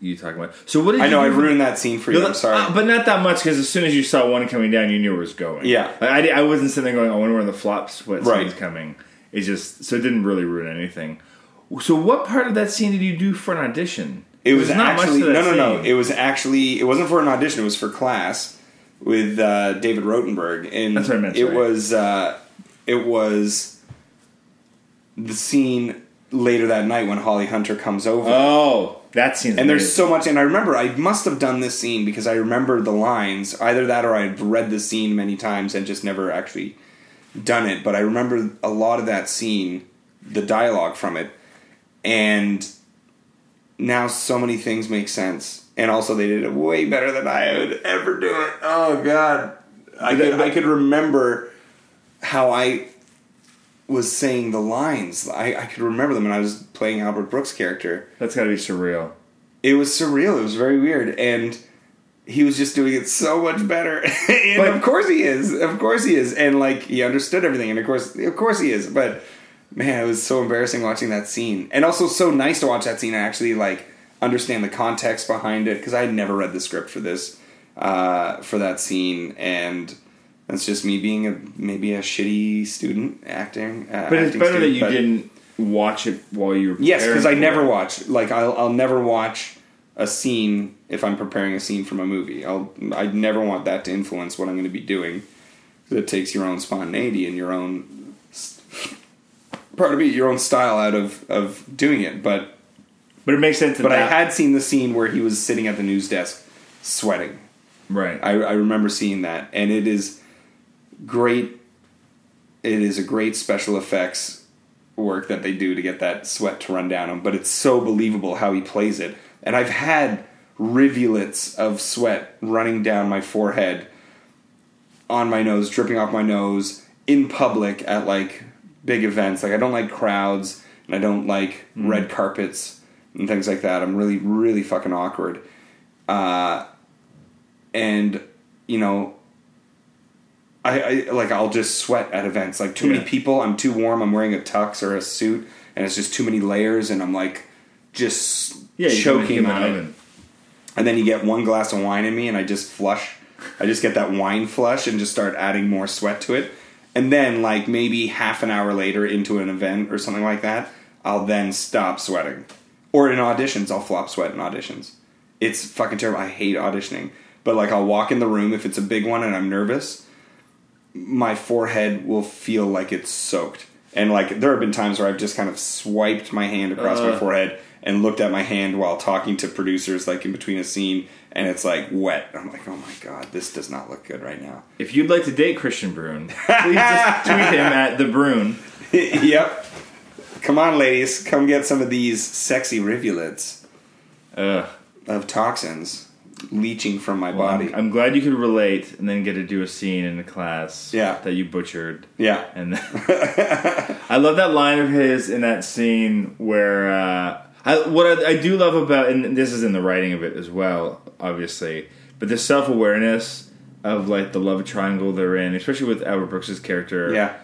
A: you talking about. So what did
B: I know I
A: you do-
B: ruined that scene for you.
A: No,
B: I'm sorry.
A: uh, but not that much because as soon as you saw one coming down, you knew where it was going.
B: Yeah.
A: like, I, di- I wasn't sitting there going, "I wonder where the flop sweat
B: Right.
A: scene's coming." It just so it didn't really ruin anything. So what part of that scene did you do for an audition?
B: It was
A: There's not much
B: actually
A: to that
B: no, no, no.
A: scene.
B: It was actually it wasn't for an audition. It was for class with uh, David Rotenberg, and
A: That's what I meant,
B: It
A: sorry.
B: was uh, it was the scene later that night when Holly Hunter comes over,
A: oh, that scene.
B: and there's so much. And I remember I must have done this scene because I remember the lines. Either that, or I've read the scene many times and just never actually done it. But I remember a lot of that scene, the dialogue from it, and now so many things make sense. And also, they did it way better than I would ever do it. Oh God, I could, I could remember how I was saying the lines. I, I could remember them, and I was playing Albert Brooks' character
A: that's got to be surreal.
B: it was surreal. It was very weird, and he was just doing it so much better. and
A: But-
B: of course he is. Of course he is. And like he understood everything, and of course, of course he is. But man, it was so embarrassing watching that scene, and also so nice to watch that scene. and actually like understand the context behind it because I had never read the script for this uh, for that scene, and that's just me being a maybe a shitty student acting. Uh,
A: But it's better that you
B: didn't.
A: didn't watch it while you were.
B: Yes, because I
A: preparing for
B: never
A: it.
B: watch. Like I'll, I'll never watch a scene if I'm preparing a scene from a movie. I'll I never want that to influence what I'm going to be doing. 'Cause It takes your own spontaneity and your own s- part of it, your own style out of of doing it. But
A: But it makes sense. That
B: but I
A: that-
B: had seen the scene where he was sitting at the news desk sweating.
A: right.
B: I, I remember seeing that, and it is great. It is a great special effects work that they do to get that sweat to run down him, but it's so believable how he plays it. And I've had rivulets of sweat running down my forehead, on my nose, dripping off my nose in public at like big events. Like I don't like crowds, and I don't like
A: Hmm.
B: red carpets and things like that. I'm really, really fucking awkward Uh, and you know I, I like i'll just sweat at events like too
A: Yeah.
B: many people i'm too warm i'm wearing a tux or a suit and it's just too many layers and i'm like just
A: yeah, you
B: choking
A: came out
B: on it
A: of it.
B: and then you get one glass of wine in me and i just flush i just get that wine flush and just start adding more sweat to it and then like maybe half an hour later into an event or something like that i'll then stop sweating or in auditions i'll flop sweat in auditions it's fucking terrible i hate auditioning but like i'll walk in the room if it's a big one and i'm nervous my forehead will feel like it's soaked and like there have been times where i've just kind of swiped my hand across my
A: Ugh.
B: forehead forehead and looked at my hand while talking to producers like in between a scene and it's like wet i'm like oh my god this does not look good right now
A: If you'd like to date Christian Bruin, please just tweet him at the Bruin.
B: yep come on ladies come get some of these sexy rivulets
A: Ugh.
B: of toxins leaching from my
A: Well,
B: body
A: I'm, I'm glad you could relate and then get to do a scene in a class
B: Yeah.
A: that you butchered.
B: yeah
A: And then, I love that line of his in that scene where uh, I, what I, I do love about, and this is in the writing of it as well, obviously, but the self awareness of like the love triangle they're in, especially with Albert Brooks's character,
B: yeah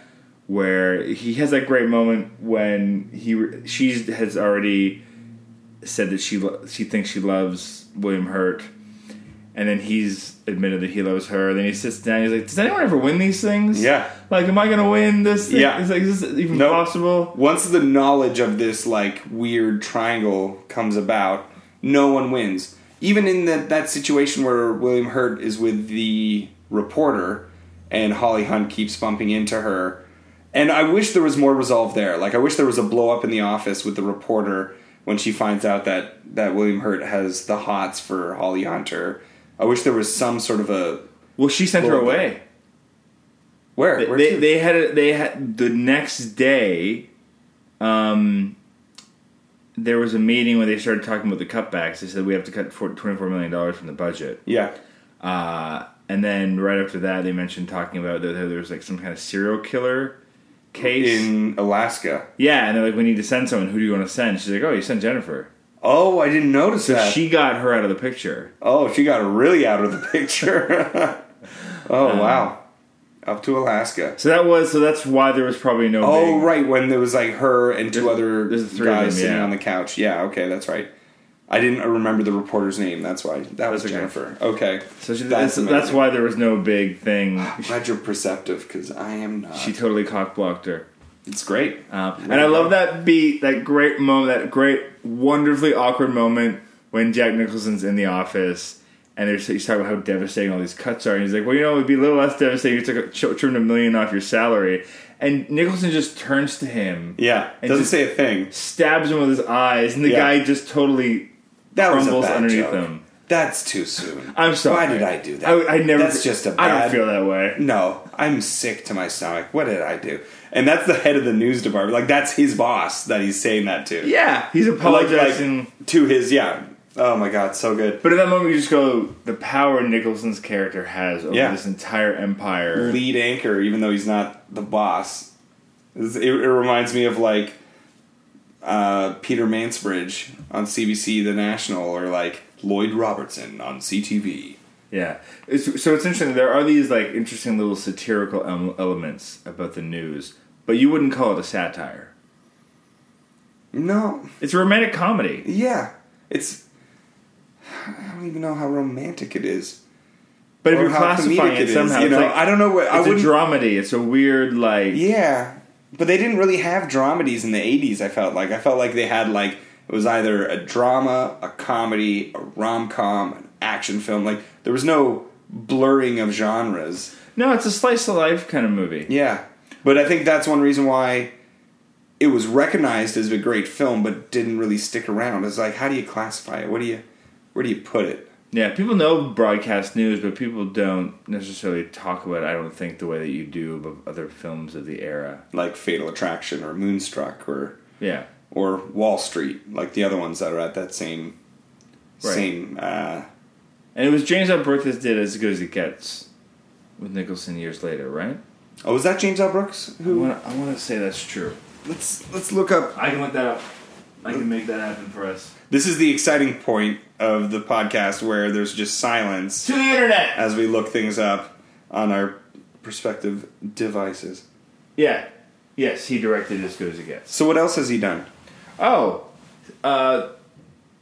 A: where he has that great moment when he she has already said that she lo- she thinks she loves William Hurt, and then he's admitted that he loves her. Then he sits down. He's like, "Does anyone ever win these things?
B: Yeah.
A: like, am I gonna win this? Thing?
B: Yeah.
A: it's like, is this even
B: Nope.
A: possible?
B: once the knowledge of this like weird triangle comes about, no one wins. Even in the, that situation where William Hurt is with the reporter and Holly Hunt keeps bumping into her. And I wish there was more resolve there. Like I wish there was a blow up in the office with the reporter when she finds out that that William Hurt has the hots for Holly Hunter. I wish there was some sort of a
A: Well, she sent her
B: Well,
A: away.
B: where,
A: They,
B: where
A: they,
B: to?
A: they had a, they had the next day. Um, there was a meeting where they started talking about the cutbacks. They said we have to cut four- twenty-four million dollars from the budget.
B: yeah.
A: Uh, and then right after that, they mentioned talking about that there was like some kind of serial killer case.
B: in Alaska.
A: yeah, and they're like, we need to send someone. Who do you want to send? She's like, oh, you send Jennifer.
B: Oh, I didn't notice that.
A: She got her out of the picture.
B: oh, she got really out of the picture. oh
A: Uh-huh.
B: wow, up to Alaska.
A: So that was so that's why there was probably no.
B: Oh
A: big-
B: right, when there was like her and two
A: There's-
B: other
A: there's the three of
B: guys
A: them,
B: sitting
A: yeah.
B: on the couch. Yeah, okay, that's right. I didn't remember the reporter's name. That's why that was
A: okay.
B: Jennifer. Okay,
A: So she, that's that's,
B: amazing.
A: why there was no big thing.
B: I'm glad you're perceptive because I am not.
A: She totally cock blocked her.
B: it's great.
A: Um, and I love that beat, that great moment, that great, wonderfully awkward moment when Jack Nicholson's in the office and there's, he's talking about how devastating all these cuts are. And he's like, well, you know, it would be a little less devastating if you took a, ch- trimmed a million off your salary. And Nicholson just turns to him,
B: yeah,
A: And
B: doesn't
A: just-
B: say a thing.
A: stabs him with his eyes, and the
B: Yeah.
A: guy just totally
B: That was a
A: crumbles
B: bad
A: underneath
B: joke.
A: him.
B: That's too soon.
A: I'm sorry.
B: Why did I do that?
A: I, I never.
B: That's just a
A: I
B: bad-
A: don't feel that way.
B: No, I'm sick to my stomach. What did I do? And that's the head of the news department. Like that's his boss that he's saying that to.
A: Yeah, he's
B: like,
A: apologizing.
B: like to his yeah. Oh my god, so good.
A: But at that moment, you just go, the power Nicholson's character has over
B: Yeah.
A: this entire empire.
B: lead anchor, even though he's not the boss. It's- It, it reminds me of like uh, Peter Mansbridge on CBC The National, or like Lloyd Robertson on CTV.
A: Yeah. It's, so it's interesting. There are these like interesting little satirical em- elements about the news, but you wouldn't call it a satire.
B: No,
A: It's a romantic comedy.
B: yeah, it's. I don't even know how romantic it is.
A: But if
B: Or
A: you're
B: how
A: classifying
B: comedic
A: it,
B: is,
A: somehow,
B: you know,
A: it's like,
B: I don't know what I
A: it's a
B: wouldn't.
A: dramedy. It's a weird like.
B: yeah, but they didn't really have dramedies in the '80s. I felt like I felt like they had like it was either a drama, a comedy, a rom com, an action film. Like there was no blurring of genres.
A: No, it's a slice of life kind of movie.
B: Yeah, but I think that's one reason why it was recognized as a great film, but didn't really stick around. It's like how do you classify it? What do you where do you put it?
A: Yeah, people know broadcast news, but people don't necessarily talk about it, I don't think, the way that you do about other films of the era.
B: Like Fatal Attraction or Moonstruck or
A: Yeah.
B: or Wall Street, like the other ones that are at that same
A: Right.
B: same. Uh,
A: And it was James L. Brooks that did As Good as It Gets with Nicholson years later, right?
B: oh, was that James L. Brooks?
A: I
B: Who?
A: wanna- I want to say that's true.
B: Let's let's look up.
A: I can look that up. I can make that happen for us.
B: This is the exciting point of the podcast where there's just silence
A: To the internet!
B: as we look things up on our prospective devices.
A: Yeah. Yes, he directed As Good as It Gets.
B: So what else has he done?
A: Oh. Uh,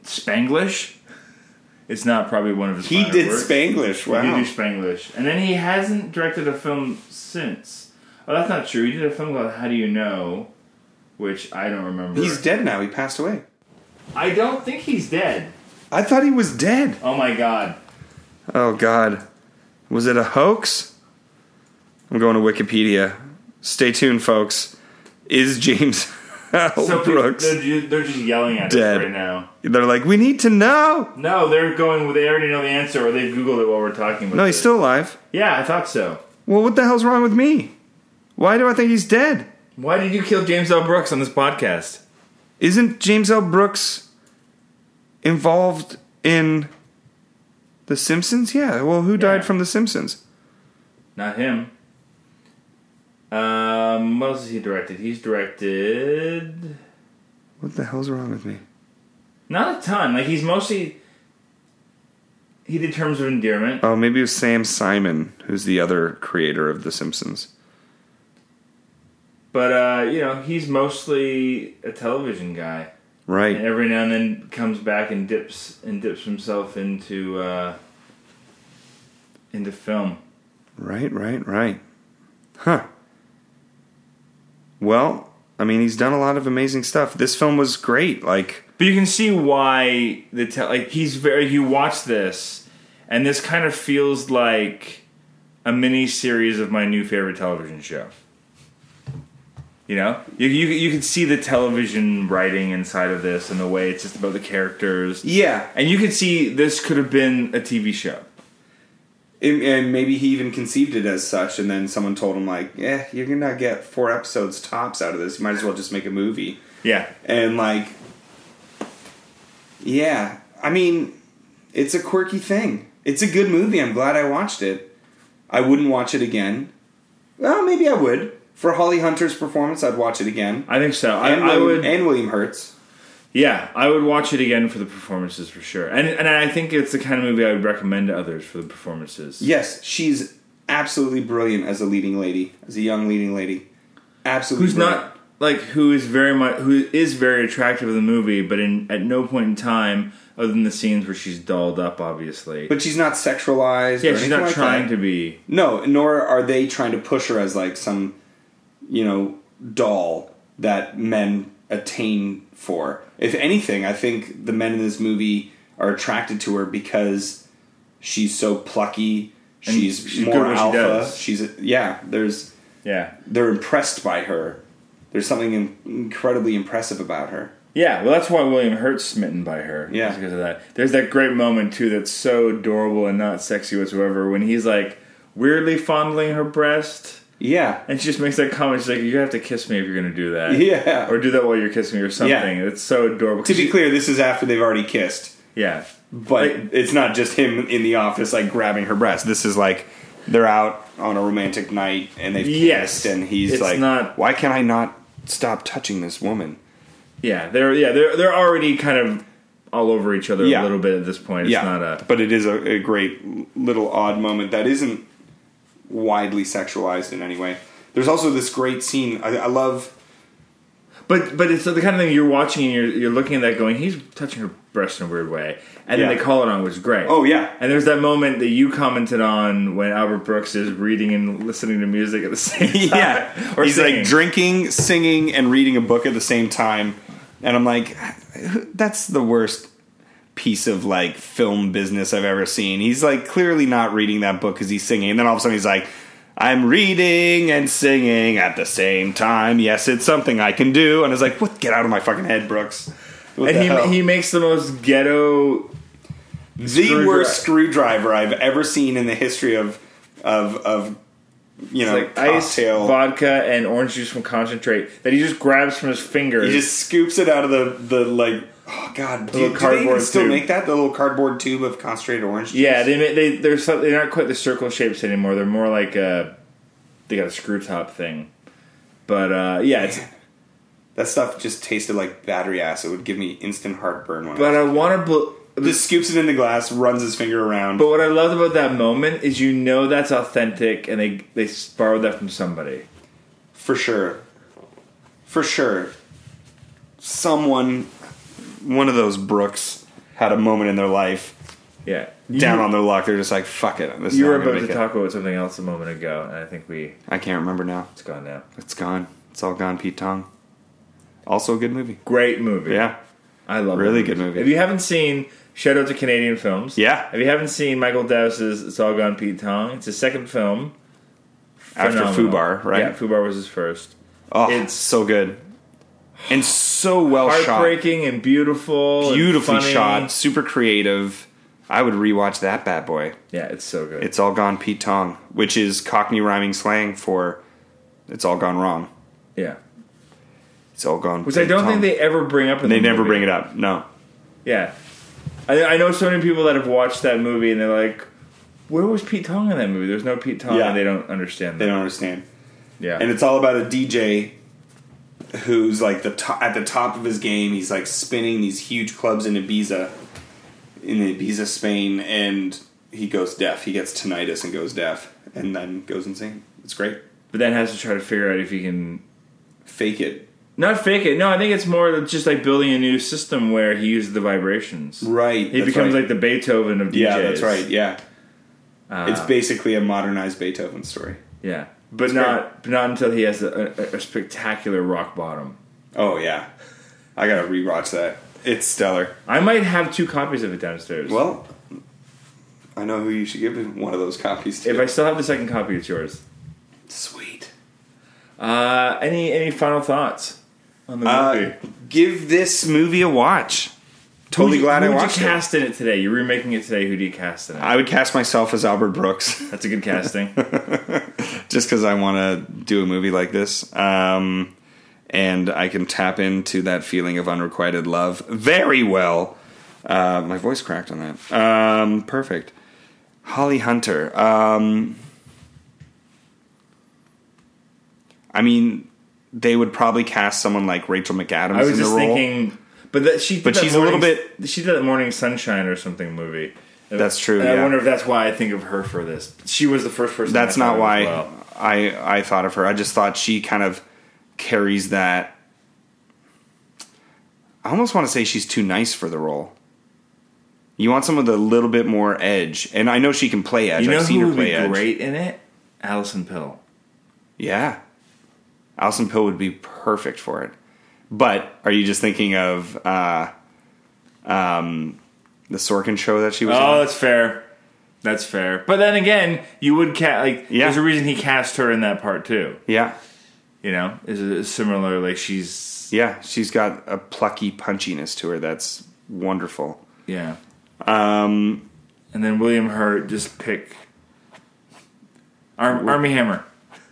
A: Spanglish? It's not probably one of his
B: He
A: finer
B: did
A: works.
B: Spanglish. Wow.
A: He did do Spanglish. And then he hasn't directed a film since. Oh, that's not true. He did a film called How Do You Know, which I don't remember.
B: He's dead now. He passed away.
A: I don't think he's dead.
B: I thought he was dead.
A: Oh my god.
B: Oh God, was it a hoax? I'm going to Wikipedia. Stay tuned, folks. Is James L.
A: So people-
B: Brooks?
A: They're, ju- they're just yelling at
B: Oh, Dead.
A: us right now.
B: They're like, we need to know.
A: No, they're going. They already know the answer, or they've googled it while we're talking about.
B: No, he's
A: this.
B: still alive.
A: Yeah, I thought so.
B: Well, what the hell's wrong with me? Why do I think he's dead?
A: Why did you kill James L. Brooks on this podcast?
B: Isn't James L. Brooks involved in The Simpsons? Yeah. Well, who died
A: Yeah.
B: from The Simpsons?
A: Not him. Um, what else has he directed? He's directed
B: What the hell's wrong with me?
A: not a ton. Like he's mostly he did Terms of Endearment.
B: Oh, maybe it was Sam Simon, who's the other creator of The Simpsons.
A: But uh, you know, he's mostly a television guy. And
B: Right.
A: every now and then comes back and dips and dips himself into uh into film.
B: Right, right, right. Huh. Well, I mean, he's done a lot of amazing stuff. This film was great. Like,
A: But you can see why the te- like he's very you watch this and this kind of feels like a mini series of my new favorite television show. You know, you you you can see the television writing inside of this and the way it's just about the characters.
B: yeah.
A: And you could see this could have been a TV show.
B: And- and maybe he even conceived it as such, and then someone told him, like, yeah, you're going to get four episodes tops out of this. You might as well just make a movie.
A: Yeah.
B: And, like, yeah. I mean, it's a quirky thing. It's a good movie. I'm glad I watched it. I wouldn't watch it again. Well, maybe I would. for Holly Hunter's performance, I'd watch it again.
A: I think so. I,
B: And,
A: I
B: William,
A: would.
B: and William Hurts.
A: yeah, I would watch it again for the performances for sure. And and I think it's the kind of movie I would recommend to others for the performances.
B: Yes, she's absolutely brilliant as a leading lady, as a young leading lady. Absolutely.
A: who's
B: brilliant.
A: not like who is very much who is very attractive in the movie, but in at no point in time, other than the scenes where she's dolled up, obviously.
B: But she's not sexualized.
A: yeah,
B: or
A: she's
B: anything
A: not
B: like
A: trying to
B: that.
A: be.
B: No, nor are they trying to push her as like some, you know, doll that men attain for. If anything, I think the men in this movie are attracted to her because she's so plucky. She's,
A: she's good
B: more
A: at what she
B: alpha.
A: does.
B: she's yeah. There's
A: Yeah,
B: they're impressed by her. There's something in, incredibly impressive about her.
A: yeah. Well, that's why William Hurt's smitten by her.
B: Yeah.
A: is because of that. There's that great moment too that's so adorable and not sexy whatsoever when he's like weirdly fondling her breast.
B: Yeah,
A: And she just makes that comment. She's like, "You have to kiss me if you're going to do that."
B: yeah.
A: Or do that while you're kissing me or something. It's so adorable.
B: to be clear, this is after they've already kissed.
A: yeah.
B: But
A: Like-
B: it's not just him in the office like grabbing her breast. This is like they're out on a romantic night and they've
A: Yes.
B: kissed and he's
A: It's
B: like
A: not-
B: why can I not stop touching this woman?
A: Yeah, they're yeah they're they're already kind of all over each other a
B: Yeah.
A: little bit at this point. It's
B: yeah.
A: not a
B: but it is a, a great little odd moment that isn't widely sexualized in any way. There's also this great scene I, I love
A: but but it's the kind of thing you're watching and you're you're looking at that going he's touching her breast in a weird way and
B: Yeah.
A: then they call it on which is great.
B: Oh yeah.
A: And there's that moment that you commented on when Albert Brooks is reading and listening to music at the same time. or
B: he's
A: singing.
B: like drinking, singing, and reading a book at the same time. And I'm like, that's the worst piece of like film business I've ever seen. He's like clearly not reading that book because he's singing. And then all of a sudden he's like, I'm reading and singing at the same time. Yes, it's something I can do. And I was like, what? Get out of my fucking head, Brooks. What
A: and
B: the
A: he
B: hell?
A: he makes the most ghetto.
B: the worst screwdriver I've ever seen in the history of of of you know
A: Like ice,
B: cocktail
A: vodka, and orange juice from concentrate that he just grabs from his fingers.
B: He just scoops it out of the the like. Oh God!
A: little
B: Do, do they even
A: cardboard
B: still
A: tube.
B: make that the little cardboard tube of concentrated orange? juice?
A: Yeah, they ma- they they're so, they're not quite the circle shapes anymore. They're more like a they got a screw top thing. But uh, yeah, it's,
B: that stuff just tasted like battery acid. It would give me instant heartburn. When
A: but
B: I,
A: I want to. Bl-
B: just scoops it in the glass, runs his finger around.
A: but what I loved about that moment is you know that's authentic, and they they borrowed that from somebody.
B: for sure, for sure, someone, one of those Brooks had a moment in their life
A: Yeah,
B: down
A: you,
B: on their luck. They're just like, "Fuck it." This is
A: You
B: how
A: were
B: I'm gonna
A: about to
B: make it.
A: talk about something else a moment ago, and I think we
B: I can't remember now.
A: it's gone now.
B: It's gone. It's all gone. Pete Tong. Also a good movie.
A: Great movie.
B: Yeah.
A: I love
B: Really
A: that
B: good movie.
A: If you haven't seen Shout Out to Canadian Films,
B: Yeah.
A: If you haven't seen Michael Dowse's It's All Gone Pete Tong, it's his second film.
B: After
A: Phenomenal.
B: Fubar, right?
A: Yeah, Fubar was his first.
B: Oh,
A: It's-
B: it's so good and so well shot,
A: Heartbreaking and beautiful, and
B: beautifully
A: funny.
B: shot, super creative. I would rewatch that bad boy.
A: Yeah, it's so good.
B: It's all gone Pete Tong, which is Cockney rhyming slang for "it's all gone wrong."
A: yeah,
B: It's all gone.
A: which I don't think they ever bring up. In
B: they
A: the
B: never
A: movie.
B: bring it up. No,
A: Yeah, I, I know so many people that have watched that movie and they're like, "Where was Pete Tong in that movie?" There's no Pete Tong,
B: Yeah.
A: and they don't understand that.
B: they don't understand.
A: yeah,
B: and it's all about a DJ who's like the to- at the top of his game. He's like spinning these huge clubs in Ibiza, in Ibiza, Spain, and he goes deaf. He gets tinnitus and goes deaf, and then goes insane. It's great.
A: but then has to try to figure out if he can
B: Fake it,
A: not fake it. No, I think it's more just like building a new system where he uses the vibrations.
B: right?
A: He becomes like the Beethoven of DJs.
B: yeah, that's right. Yeah,
A: Uh,
B: it's basically a modernized Beethoven story.
A: yeah, but
B: It's
A: not but not until he has a, a, a spectacular rock bottom.
B: Oh yeah, I gotta rewatch that. It's stellar.
A: I might have two copies of it downstairs.
B: Well, I know who you should give one of those copies to.
A: if I still have the second copy, it's yours.
B: Sweet.
A: Uh, any any final thoughts on the
B: Uh,
A: movie?
B: give this movie a watch. Totally
A: Who'd you-
B: glad I
A: who'd
B: watched
A: you
B: it.
A: cast in it today. You're remaking it today. Who do you cast in it?
B: I would cast myself as Albert Brooks
A: That's a good casting.
B: just because I want to do a movie like this. Um, and I can tap into that feeling of unrequited love very well. Uh, my voice cracked on that. Um, perfect. Holly Hunter. Um, I mean, they would probably cast someone like Rachel McAdams
A: I was
B: in
A: just
B: the role.
A: thinking, but that she, did
B: But
A: that
B: she's a little
A: Morning- She did that Morning Sunshine or something movie.
B: That's true,
A: And I
B: yeah.
A: wonder if that's why I think of her for this. She was the first person.
B: That's
A: I thought
B: not
A: of
B: why
A: as well.
B: I I thought of her. I just thought she kind of carries that. I almost want to say she's too nice for the role. You want someone with a little bit more edge, and I know she can play edge.
A: You know
B: I've seen
A: who
B: her
A: would be
B: play edge.
A: great in it? Allison Pill.
B: Yeah. Alison Pill would be perfect for it. But are you just thinking of uh, um, the Sorkin show that she was
A: Oh,
B: on?
A: that's fair. That's fair. But then again, you would cast like
B: Yeah.
A: there's a reason he cast her in that part too.
B: Yeah.
A: You know, is a similar like she's
B: Yeah. She's got a plucky punchiness to her that's wonderful.
A: yeah.
B: Um,
A: And then William Hurt just pick Arm, Army Hammer.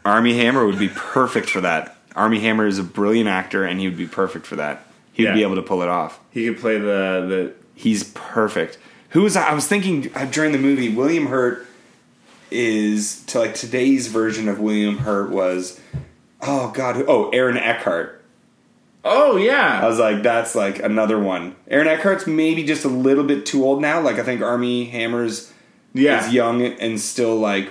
B: Army Hammer would be perfect for that. Army Hammer is a brilliant actor, and he would be perfect for that. He would
A: Yeah.
B: be able to pull it off.
A: He could play the
B: He's perfect. Who was I I was thinking uh, during the movie? William Hurt is to like today's version of William Hurt was oh god who- oh Aaron Eckhart.
A: the oh
B: I
A: yeah
B: was like that's like another one. Aaron Eckhart's maybe just a little bit too old now. Like I think Army Hammer's
A: yeah.
B: is young and still like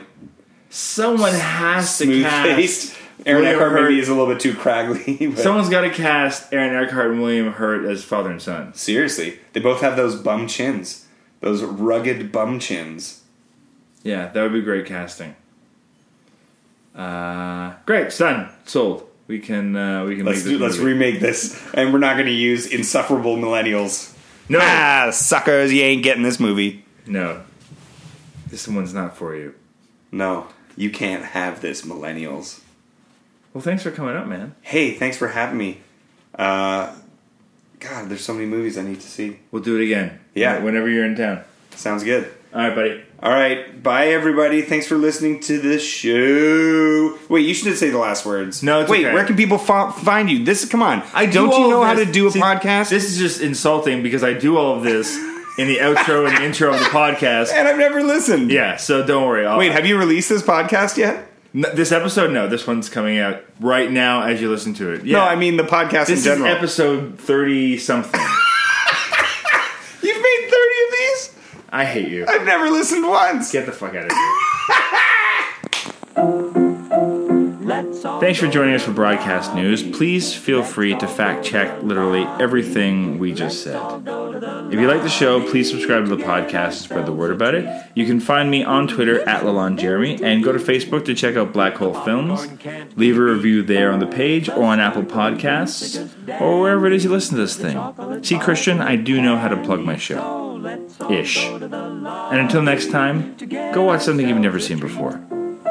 A: Someone has to
B: smooth
A: cast.
B: faced. Aaron
A: William
B: Eckhart
A: Hurt.
B: maybe is a little bit too craggly. but-
A: Someone's got to cast Aaron Eckhart and William Hurt as father and son.
B: Seriously, they both have those bum chins, those rugged bum chins.
A: Yeah, that would be great casting. Uh, great, it's done, sold. We can uh, we can
B: Let's
A: make this
B: do, let's
A: movie.
B: remake this, and we're not going to use insufferable millennials.
A: no
B: Ah, suckers! You ain't getting this movie.
A: no. This one's not for you.
B: No, you can't have this, millennials.
A: Well, thanks for coming up, man.
B: Hey, thanks for having me. Uh, God, there's so many movies I need to see.
A: We'll do it again.
B: Yeah.
A: whenever you're in town.
B: Sounds good.
A: All right, buddy.
B: All right, bye everybody. Thanks for listening to the show. Wait, you should say the last words.
A: No, it's
B: wait.
A: okay.
B: Where can people fo- find you? This come on. don't
A: all
B: you
A: of
B: know how
A: this-
B: to do a
A: See,
B: podcast?
A: This is just insulting because I do all of this in the outro and the intro of the podcast.
B: and I've never listened.
A: Yeah, so don't worry. I'll,
B: Wait, have you released this podcast yet?
A: N- this episode? No, this one's coming out right now as you listen to it. Yeah.
B: No, I mean the podcast
A: this
B: in general.
A: is episode thirty something.
B: You've made thirty of these.
A: I hate you.
B: I've never listened once.
A: Get the fuck out of here.
D: Let's all
A: Thanks for
D: go
A: joining
D: to
A: us for
D: the
A: Broadcast News.
D: lobby.
A: Please feel free to fact check literally everything we just said. If you like the show, please subscribe to the podcast and spread the word about it. You can find me on Twitter at LalonJeremy and go to Facebook to check out Black Hole Films. Leave a review there on the page or on Apple Podcasts or wherever it is you listen to this thing. See, Christian, I do know how to plug my show.
D: Oh, let's all
A: Ish.
D: go to the lobby.
A: And until next time, go watch something you've never seen before.